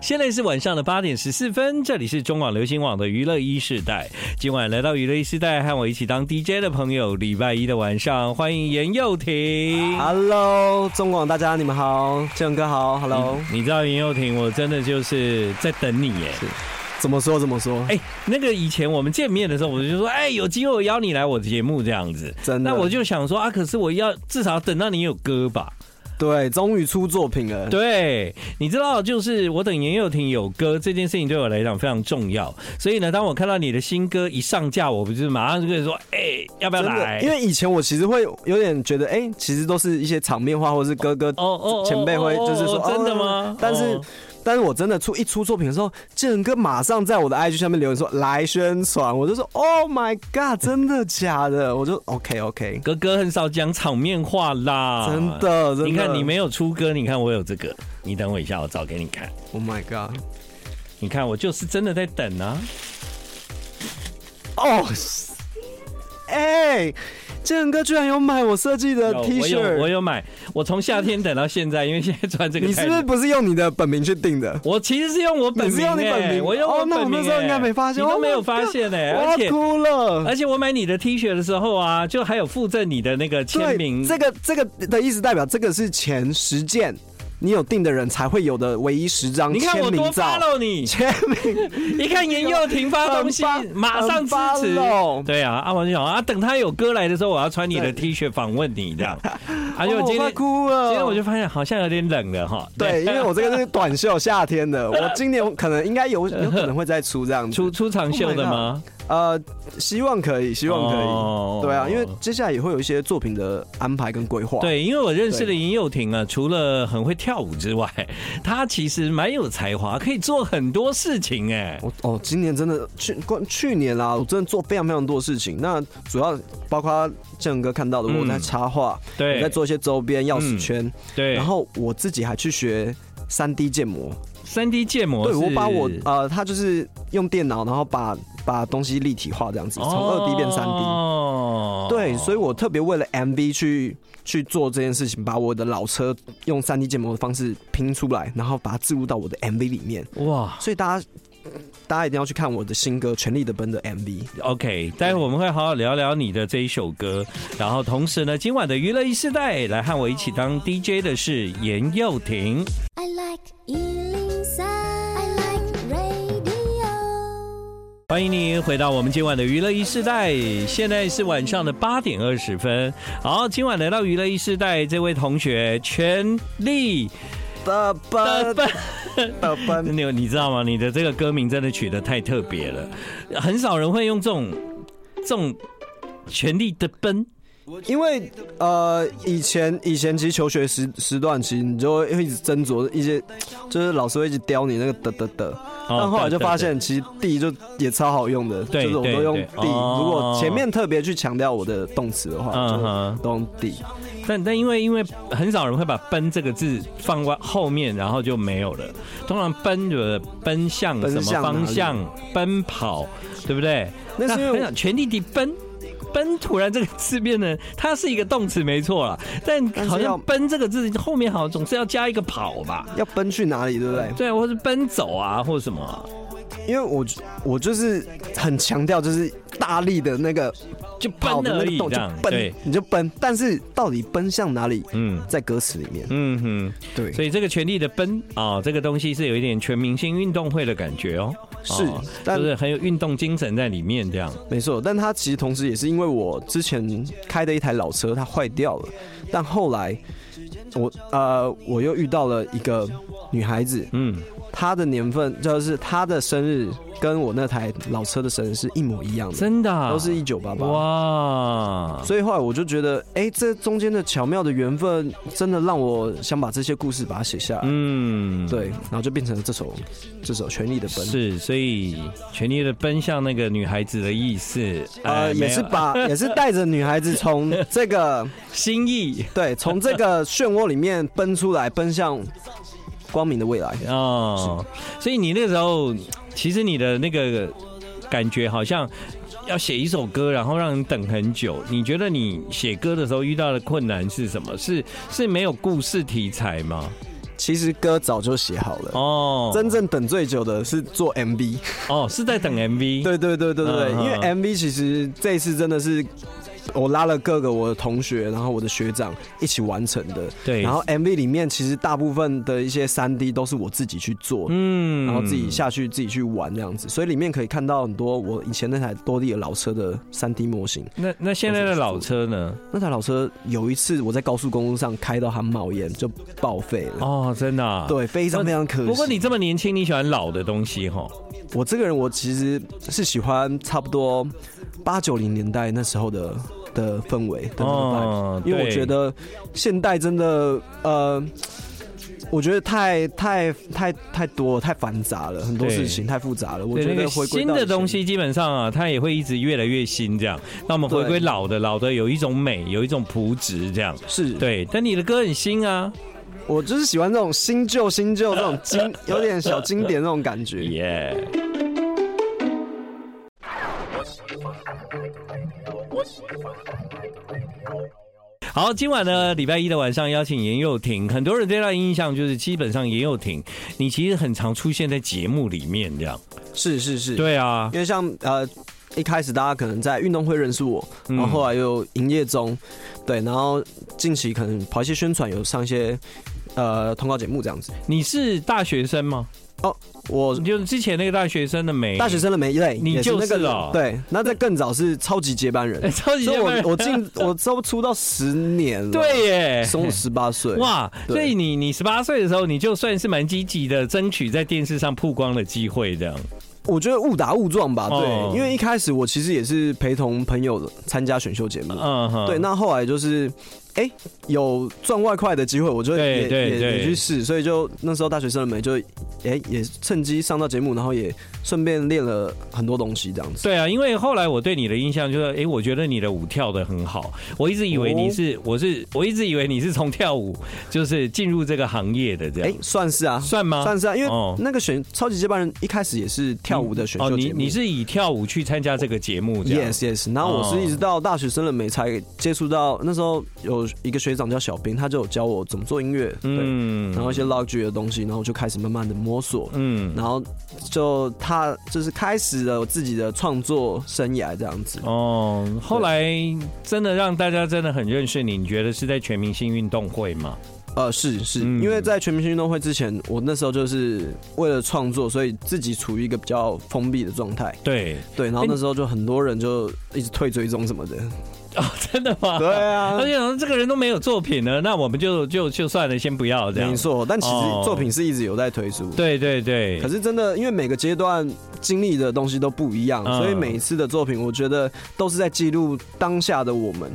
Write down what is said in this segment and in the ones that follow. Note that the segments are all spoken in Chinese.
现在是晚上的八点十四分，这里是中广流行网的娱乐一世代。今晚来到娱乐一世代，和我一起当 DJ 的朋友，礼拜一的晚上，欢迎严幼婷。 Hello，中广大家你们好，建勇哥好，Hello，、你知道严幼婷，我真的就是在等你耶。怎么说怎么说？哎、那个以前我们见面的时候，我就说，哎、有机会我邀你来我节目这样子。真的那我就想说啊，可是我要至少等到你有歌吧。对，终于出作品了。对，你知道，就是我等严幼婷有歌这件事情对我来讲非常重要，所以呢，当我看到你的新歌一上架，我不是马上就跟你说，哎、要不要真来的，？因为以前我其实会有点觉得，哎、其实都是一些场面话，或是哥哥哦哦哦前辈会就是说，哦真的吗哦但是哦，但是我真的出一出作品的时候，建仁哥马上在我的 IG 下面留言说来宣传，我就说 Oh my God，真的假的？我就 OK OK，哥哥很少讲场面话啦，真。的真的。你看你没有出歌，你看我有这个，你等我一下，我找给你看。 Oh my God，你看我就是真的在等啊，哦，哎，建仁哥居然有买我设计的有 T 我有我恤，有买，我从夏天等到现在，因为现在穿这个 你太是不是冷不是用你的本名去定的？我其实是用我本你名、是用你本哎名我用我哦那我本名、那时候应该哎没发现你都哦没有我发靠现呢、欸我而要且哭了。而且我买你的 T 恤的时候啊，就还有附赠你的那个签名。对，这个这个的意思代表这个是前十件你有定的人才会有的唯一十张你看我签多名照。 follow 你， 签名，一看严幼婷发东西很，发马上支很持 follow。对啊，阿王就想啊，等他有歌来的时候，我要穿你的对 T 恤访问你这 样。而且哦我啊今我快天哭了。今天我就发现好像有点冷了哈。对，因为我这个是短袖，夏天的，我今年可能应该有有可能会再出这样 子。出出长袖的吗？呃，希望可以，希望可哦以。对啊，因为接下来也会有一些作品的安排跟规划。对，因为我认识的尹友廷啊，除了很会跳舞之外，他其实蛮有才华，可以做很多事情哎、我哦，今年真的去光去年啦，我真的做非常非常多事情。那主要包括建哥看到的，嗯我在插画，对嗯我在做一些周边钥匙圈，对，然后我自己还去学。三 D 建模，三 D 建模对是，我把我呃，他就是用电脑，然后把把东西立体化这样子，呃从二 D 变三 D。哦对，所以我特别为了 MV 去去做这件事情，把我的老车用三 D 建模的方式拼出来，然后把它置入到我的 MV 里面。哇所以大家大家一定要去看我的新歌《全力的奔》的 MV。 ，OK，待会我们会好好聊聊你的这一首歌，然后同时呢，今晚的娱乐一世代来和我一起当 DJ 的是严幼婷。 I like Ealing Sound. I like radio. 欢迎你回到我们今晚的娱乐一世代，现在是晚上的八点二十分。好，今晚来到娱乐一世代这位同学全力的的奔奔，的奔，你你知道吗？你的这个歌名真的取得太特别了，很少人会用这种这种全力的奔。因为呃，以前以前其实求学时时段，其实你就会一直斟酌一些，就是老师会一直刁你那个的的的，哦但后来就发现其实地就也超好用的，对就是我都用对地。对哦如果前面特别去强调我的动词的话，嗯哼就都用地。但但因为因为很少人会把“奔”这个字放在后面，然后就没有了。通常“奔”的奔向什奔么向哪里方向、奔跑，对不对？那是因为很想全力地奔。奔突然这个字变成它是一个动词没错啦，但但是好要像奔这个字后面好像总是要加一个跑吧，要奔去哪里，对不对？对，或是奔走啊，或者什么啊、因为我我就是很强调，就是大力的那个就跑奔的而那已个动这就样，对奔，，你就奔。但是到底奔向哪里，嗯在歌词里面，嗯哼。对，所以这个全力的奔啊、这个东西是有一点全明星运动会的感觉哦，是哦但就是很有运动精神在里面这样。没错。但它其实同时也是因为我之前开的一台老车它坏掉了，但后来我呃我又遇到了一个女孩子，嗯，她的年份就是她的生日跟我那台老车的生日是一模一样的，真的啊、都是一九八八。哇，所以后来我就觉得，哎、这中间的巧妙的缘分，真的让我想把这些故事把它写下来。嗯，对，然后就变成了这首这首《全力的奔》。是，所以全力的奔向那个女孩子的意思，哎呃，也是没有把 也是带着女孩子从这个心意 对从这个漩涡里面奔出来，奔向光明的未来。哦。所以你那时候，其实你的那个感觉好像要写一首歌，然后让人等很久。你觉得你写歌的时候遇到的困难是什么？是是没有故事题材吗？其实歌早就写好了。哦，真正等最久的是做 MV，哦是在等 MV，对对对对对，嗯因为嗯 MV 其实这一次真的是我拉了各个我的同学，然后我的学长一起完成的。对然后 MV 里面其实大部分的一些三 D 都是我自己去做，嗯然后自己下去自己去玩这样子，所以里面可以看到很多我以前那台多利的老车的三 D 模型。那那现在的老车呢？那台老车有一次我在高速公路上开到它冒烟就报废了，哦，真的、啊。。对，非常非常可惜。不过你这么年轻，你喜欢老的东西哈？我这个人，我其实是喜欢差不多八九零年代那时候的的氛围的那个 vibe，、哦因为我对觉得现代真的呃，我觉得太太太太多了太繁杂了，很多对事情太复杂了。我对觉那得个回归新到的以前东，西，基本上啊，它也会一直越来越新这样。那我们回对归老的，老的有一种美，有一种朴质这样。是对，但你的歌很新啊，我就是喜欢这种新旧新旧这种 经有点小经典那种感觉。耶、好，今晚呢，礼拜一的晚上邀请严幼婷，很多人对她的印象就是，基本上严幼婷，你其实很常出现在节目里面这样。是是是，对啊，因为像呃一开始大家可能在运动会认识我，嗯然后后来又营业中，对，然后近期可能跑一些宣传，有上一些呃通告节目这样子。你是大学生吗？我就是之前那个大学生的美大学生的没累，嗯你也就是那个哦，对，那在更早是超级接班人超级所以 接班人我 我进我差不多出道十年了，，对耶，从我十八岁，哇！对所以你你十八岁的时候，你就算是蛮积极的，争取在电视上曝光的机会，这样。我觉得误打误撞吧，哦对，因为一开始我其实也是陪同朋友参加选秀节目，嗯哼对，那后来就是，哎、有赚外快的机会，我就对也对也对也去试，所以就那时候大学生了没，就哎、诶也趁机上到节目，然后也顺便练了很多东西，这样子。对啊，因为后来我对你的印象就是，哎、我觉得你的舞跳的很好，我一直以为你哦是，我是，我一直以为你是从跳舞就是进入这个行业的，这哎、样、算是啊，算吗？算是是啊，因哦为那个选超级接班人一开始也是跳舞的选哦，秀你节目、你是以跳舞去参加这个节目这样 Yes Yes，然后我是一直到大学生了没才接触到，那时候有一个学长叫小兵，他就有教我怎么做音乐，对，嗯然后一些 log 的东西，然后我就开始慢慢的摸索，嗯然后就他就是开始了我自己的创作生涯这样子。哦，后来真的让大家真的很认识你，你觉得是在全明星运动会吗？呃，是是，嗯因为在全明星运动会之前，我那时候就是为了创作，所以自己处于一个比较封闭的状态。对，对，然后哎那时候就很多人就一直退追踪什 么的。哦真的吗？对啊而，且好像这个人都没有作品了，那我们就就就算了，先不要这样没。错，但其实哦作品是一直有在推出。对对对可，是真的，因为每个阶段经历的东西都不一样，嗯所以每一次的作品，我觉得都是在记录当下的我们。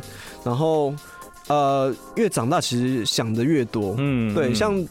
然后，呃，越长大其实想的越多。嗯对，嗯像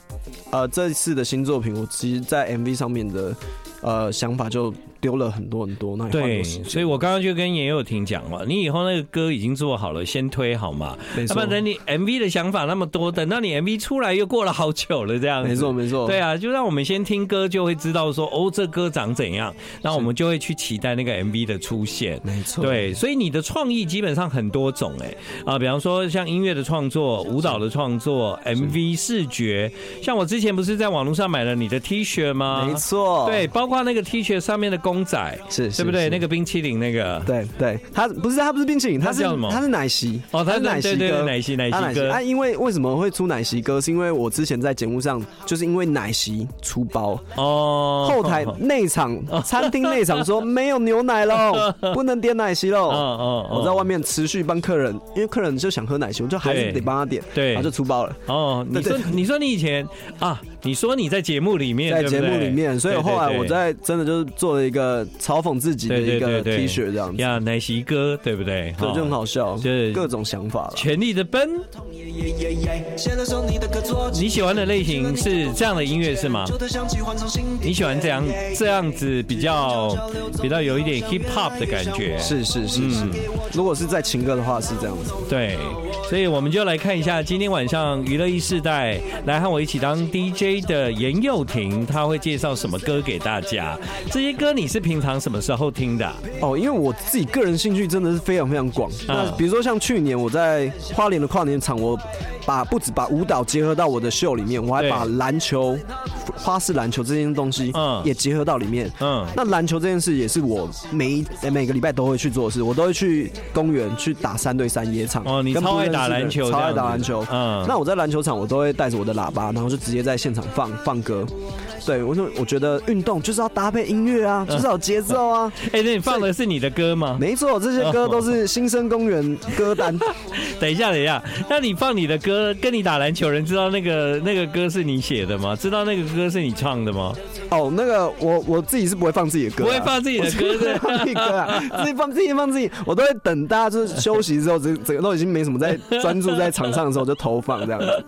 呃这一次的新作品，我其实，在 MV 上面的呃想法就丢了很多很多，那也花很对，多时间所以我刚刚就跟严幼婷讲了，你以后那个歌已经做好了，先推好吗？没要啊错不，然等你 MV 的想法那么多，等到你 MV 出来又过了好久了，这样子没错，。没错，对啊，就让我们先听歌，就会知道说哦，这歌长怎样，那我们就会去期待那个 MV 的出现。没错，对，所以你的创意基本上很多种哎、啊，比方说像音乐的创作、舞蹈的创作、MV 视觉，像我之前不是在网络上买了你的 T 恤吗？没，错，啊对，，包括那个 T 恤上面的公仔，是，是对不对？那个。个冰淇淋那个，对对，他不是他不是冰淇淋，他它是叫什么他是奶昔哦，它是奶对昔对对哥奶昔奶啊昔奶昔哥啊，因为为什么会出奶昔哥？是因为我之前在节目上，就是因为奶昔出包，哦，后台哦内场、餐厅内场说没有牛奶 喽，不能点奶昔喽。哦我在外面持续帮客人，因为客人就想喝奶昔，我就还对是得帮他点，对然后就出包了。哦，你对说对你说你以前啊，你说你在节目里面，在对不节目对里面，所以对对后来我对在真的就是做了一个嘲讽自己的对对一对个对 T 恤这样子，呀，奶昔哥，对不对？对，就很哦好笑就是，各种想法了。全力的奔。你喜欢的类型是这样的音乐是吗？你喜欢这样这样子比较比较有一点 hip hop 的感觉，是是是是，如果是在情歌的话是这样子。对，所以我们就来看一下今天晚上娱乐一世代来和我一起当 DJ 的严幼婷，她会介绍什么歌给大家。家。这些歌你是平常什么时候听的啊、哦，因为我自己个人兴趣真的是非常非常广。嗯那比如说像去年我在花莲的跨年场，我把不止把舞蹈结合到我的秀里面，我还对把篮球、花式篮球这件东西嗯也结合到里面。嗯那篮球这件事也是我每一呃每个礼拜都会去做的事，我都会去公园去打三对三野场。哦你跟不超爱认识打的人篮球超这爱样打子篮球。嗯嗯，那我在篮球场我都会带着我的喇叭，然后就直接在现场放放歌。对，我就我觉得运动就是要搭配音乐嗯啊，就是要有节奏啊。哎、那你放的是你的歌吗？没错，这些歌都是新生公园歌单。等一下，等一下，那你放你的歌，跟你打篮球人知道那个那个歌是你写的吗？知道那个歌是你唱的吗？哦，那个我我自己是不会放自己的歌、啊，不会放自己的歌我不会放自己歌啊， 自己放自己放自己，我都会等大家就是休息之后，整整个都已经没什么在专注在场上的时候就投放这样子。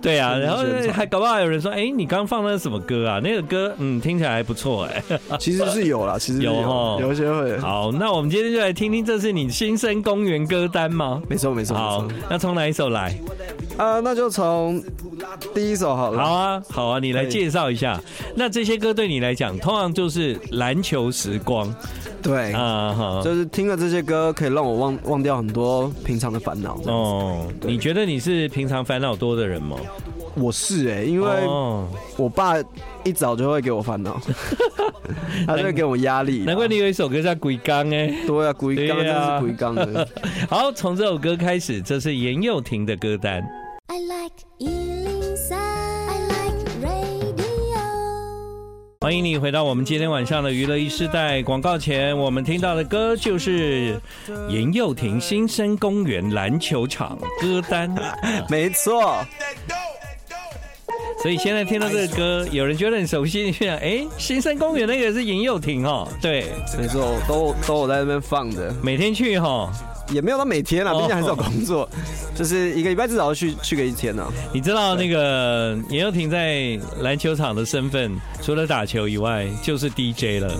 对啊，是然后宣传还搞不好有人说，哎、你刚放的是什么歌啊？那个歌，嗯，听起来还不错哎、其实是有啦，其实是有有哦有一些 会，好，那我们今天就来听听，这是你新生公园歌单吗？没错没错好没错。，那从哪一首来？啊，那就从第一首好了。好啊，好啊，你来可以介绍一下。那这些歌对你来讲，通常就是篮球时光对，啊，哈。就是听了这些歌，可以让我忘忘掉很多平常的烦恼。哦，你觉得你是平常烦恼多的人吗？我是哎、因为哦我爸一早就会给我 烦恼，他就会给我压力。难怪你有一首歌叫《鬼刚》哎。对啊，鬼刚对真啊是鬼刚的。 好，从这首歌开始，这是严幼婷的歌单。 I like Ealing Sound. I like radio. 欢迎你回到我们今天晚上的娱乐一世代广告前，我们听到的歌就是严幼婷新生公园篮球场歌单。没错，所以现在听到这个歌，有人觉得很熟悉，你就想，哎，新生公园那个是严幼婷哦，对，没错，我都都有在那边放的，每天去哈、哦。也没有到每天啊，哦毕竟还是有工作，就是一个礼拜至少要去去个一天啊。你知道那个严幼婷在篮球场的身份，除了打球以外，就是 DJ 了。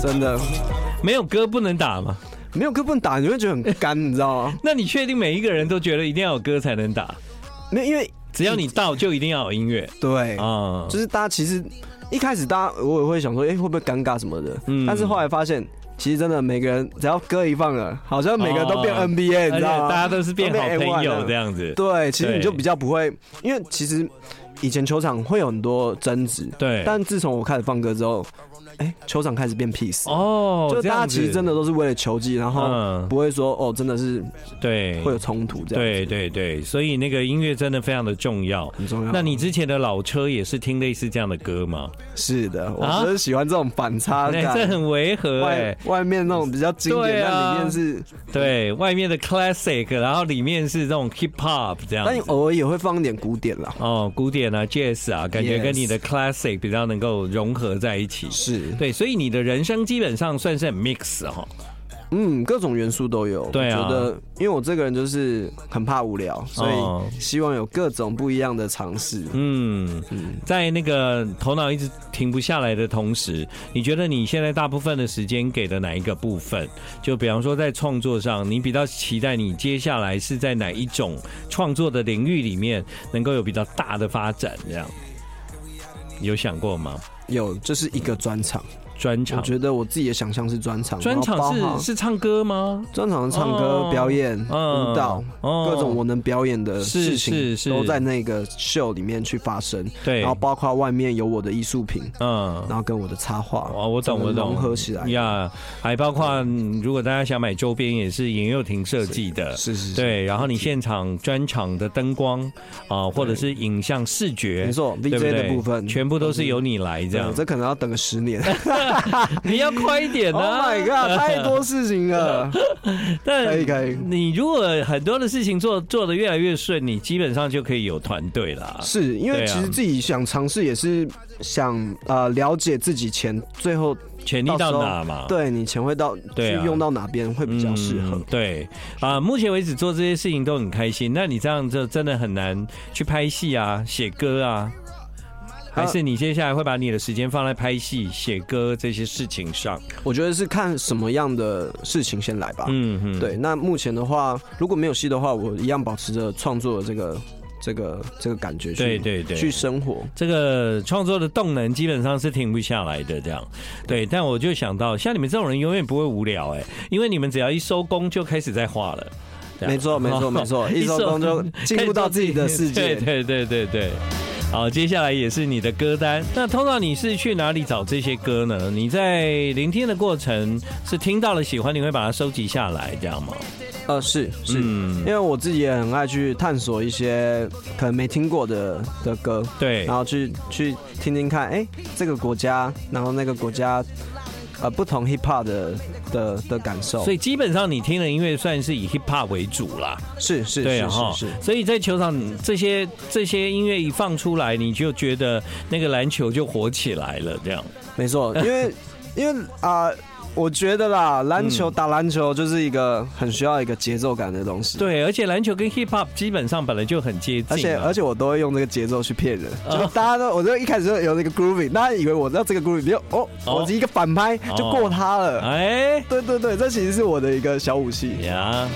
真的，没有歌不能打嘛？没有歌不能打，你会觉得很干，你知道 吗？那你确定每一个人都觉得一定要有歌才能打？没有，因为只要你到，就一定要有音乐对，啊？就是大家其实一开始大家我也会想说，哎、会不会尴尬什么的？嗯但是后来发现，其实真的每个人只要歌一放了，好像每个人都变哦 NBA，、你而知且道吗？大家都是变好朋友这样。样子。对，其实你就对比较不会，因为其实以前球场会有很多争执，对，但自从我开始放歌之后，哎、球场开始变 peace。哦，就这样大家子其实真的都是为了球技，然后嗯不会说哦，真的是对会有冲突这样，对对对，所以那个音乐真的非常的重要。很重要。那你之前的老车也是听类似这样的歌吗？是的，我啊就是喜欢这种反差对，感，这很违和哎、外外面那种比较经典，对啊但里面是，对，外面的 classic，然后里面是这种 hip hop 这样但你哦子。偶尔也会放一点古典啦。哦，古典啊，jazz 啊，感觉 Yes 跟你的 classic 比较能够融合在一起。是，对，所以你的人生基本上算是很 mix 哈、哦。嗯，各种元素都有。对啊我觉得因为我这个人就是很怕无聊，所哦以希望有各种不一样的尝试。嗯，在那个头脑一直停不下来的同时，你觉得你现在大部分的时间给了哪一个部分？就比方说在创作上，你比较期待你接下来是在哪一种创作的领域里面能够有比较大的发展？这样有想过吗？有，这是一个专场，专我场？觉得我自己的想象是专场，专然后场包含是是唱歌吗？专场唱歌、哦表演、嗯舞蹈，哦各种我能表演的是事情，是是都在那个秀里面去发生。对然后包括外面有我的艺术品，嗯然。后跟我的插画，哦，我懂，整个我懂，融合起来。呀还包括嗯如果大家想买周边，也是尹幼婷设计的，是是是，对，然后你现场专场的灯光啊、或者是影像视觉，没错对不，VJ 对的部分全部都是由你来这样对，这可能要等个十年。 你要快一点 oh 啊 my god，太多事情了。可以但可以，你如果很多的事情做做的越来越顺，你基本上就可以有团队啦。是因对为啊其实自己想尝试，也是想呃了解自己钱最后权力到哪嘛？对你钱会到对去啊用到哪边会比较适合嗯。对啊、目前为止做这些事情都很开心。那你这样就真的很难去拍戏啊、写歌啊，还是你接下来会把你的时间放在拍戏、写歌这些事情上？我觉得是看什么样的事情先来吧。嗯嗯，对，那目前的话，如果没有戏的话，我一样保持着创作的这个这个这个感觉去，对对对去生活。这个创作的动能基本上是停不下来的，这样对。但我就想到，像你们这种人永远不会无聊哎、因为你们只要一收工就开始在画了。这样哦没错，没错，没错，一周工就进入到自己的世对界。对对对对。好，接下来也是你的歌单。那通常你是去哪里找这些歌呢？你在聆听的过程是听到了喜欢，你会把它收集下来，这样吗？呃，是是，嗯因为我自己也很爱去探索一些可能没听过的的歌，对然后去去听听看，哎、这个国家，然后那个国家，呃，不同 hip hop 的的的感受，所以基本上你听的音乐算是以 hip hop 为主啦。是是对是啊哈是是，所以在球场这些这些音乐一放出来，你就觉得那个篮球就火起来了，这样。没错，因为因为啊、我觉得啦，篮嗯球打篮球就是一个很需要一个节奏感的东西，，对，而且篮球跟 hip hop 基本上本来就很接近、啊，而且而且我都会用这个节奏去骗人，哦就大家都，我就一开始就有那个 grooving，大家以为我知道这个 grooving，就哦，哦我一个反拍就过他了。哎对对对，这其实是我的一个小武器。呀。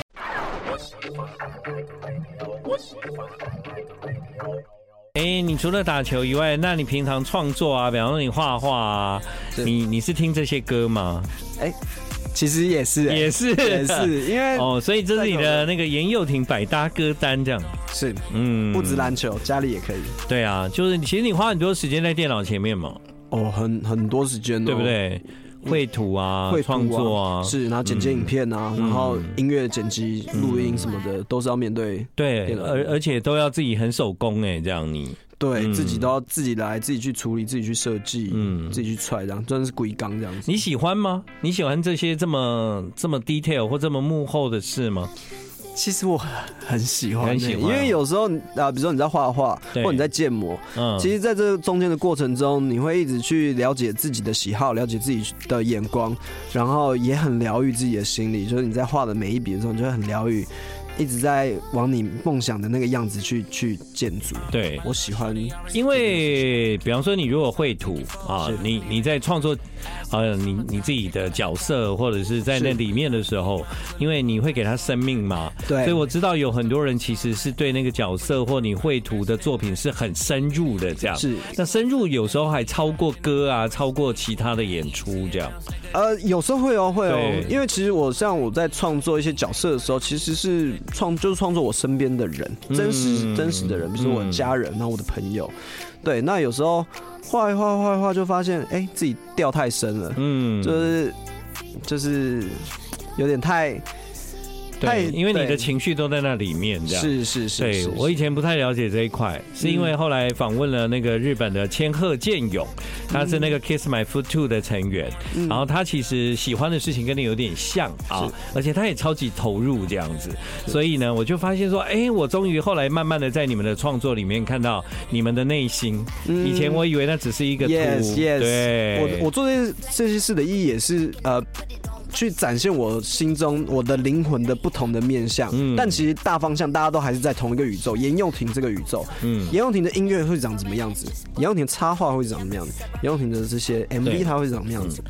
哎、你除了打球以外，那你平常创作啊，比方说你画画啊，是你你是听这些歌吗？哎其实也是、欸，也是，也是，因为 哦，所以这是你的那个严幼婷百搭歌单这样，是嗯，不止篮球，家里也可以。对啊，就是其实你花很多时间在电脑前面嘛，哦，很很多时间、哦，对不？对？绘图啊会，创作啊，嗯是，然后剪接影片啊，然后音乐剪辑、录音什么的，都是要面对，对，电脑而而且都要自己很手工哎，这样你，对、嗯自己都要自己来，自己去处理，自己去设计，嗯自己去踹，这样真的是鬼刚这样子。你喜欢吗？你喜欢这些这么这么 detail 或这么幕后的事吗？其实我很喜很欢欸、喜欢因为有时候啊，比如说你在画画，对或你在建模，嗯，其实在这中间的过程中，你会一直去了解自己的喜好，了解自己的呃眼光，然后也很疗愈自己的心理。就是你在画的每一笔的时候，你就会很疗愈，一直在往你梦想的那个样子去去建筑。对，我喜欢，因为比方说你如果绘图啊是，你你在创作，呃，你你自己的角色或者是在那是里面的时候，因为你会给它生命嘛，对所以我知道有很多人其实是对那个角色或你绘图的作品是很深入的，这样是那深入有时候还超过歌啊，超过其他的演出这样。呃，有时候会哦，会哦对，因为其实我像我在创作一些角色的时候，其实是创就是创作我身边的人，真实、嗯真实的人，比如说我的家人，然啊后我的朋友，对，那有时候画一画画一画，就发现哎、自己掉太深了，嗯，就是就是有点太太对，因为你的对情绪都在那里面这样。是是是，对是嗯我以前不太了解这一块，是因为后来访问了那个日本的千鹤健勇，他是那嗯个 Kiss My Foot Two 的成员，然后他其实喜欢的事情跟你有点像啊，而且他也超级投入这样子，所以呢，我就发现说，哎，我终于后来慢慢的在你们的创作里面看到你们的内心，以前我以为那只是一个图嗯 yes 对， yes，我我做这些这些事的意义也是呃。去展现我心中我的灵魂的不同的面向，嗯但其实大方向大家都还是在同一个宇宙。严幼婷这个宇宙，嗯严幼婷的音乐会长什么样子？严幼婷的插画会长什么样子？严幼婷的这些对 MV 它会长什么样子？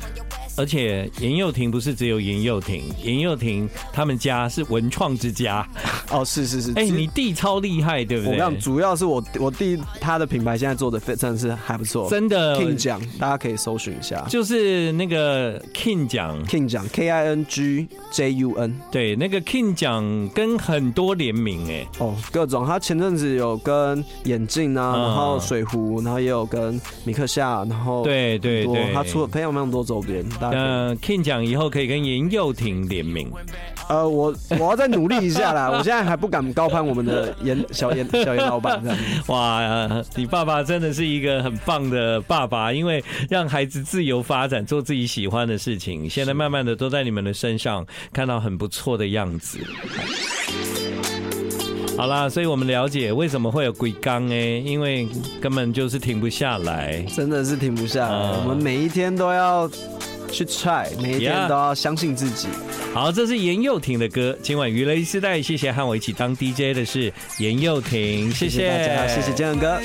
而且严幼婷不是只有严幼婷，严幼婷他们家是文创之家，哦，是是是，哎，其实你弟超厉害，对不我对？讲主要是我我弟他的品牌现在做的非真的是还不错，真的哦 King 奖，大家可以搜寻一下就是那个 King 奖， King 奖 K I N G J U N 对，那个 King 奖跟很多联名哎、哦，各种。他前阵子有跟眼镜啊，嗯然后水壶，然后也有跟米克夏，然后对对很多对他出了非常非常多周边。大家可以呃，King 奖以后可以跟严幼婷联名，呃，我我要再努力一下啦，我 现在还不敢高攀我们的严小严小严老板 这样。哇、呃你爸爸真的是一个很棒的爸爸，因为让孩子自由发展，做自己喜欢的事情，现在慢慢的都在你们的身上看到很不错的样子。好啦，所以我们了解为什么会有鬼缸哎，因为根本就是停不下来。真的是停不下来，嗯我们每一天都要去 try，每一 Yeah 天都要相信自己。好，这是严幼婷的歌。今晚娱乐一时代，谢谢和我一起当 DJ 的是严幼婷，谢谢谢大家，谢谢建恒哥。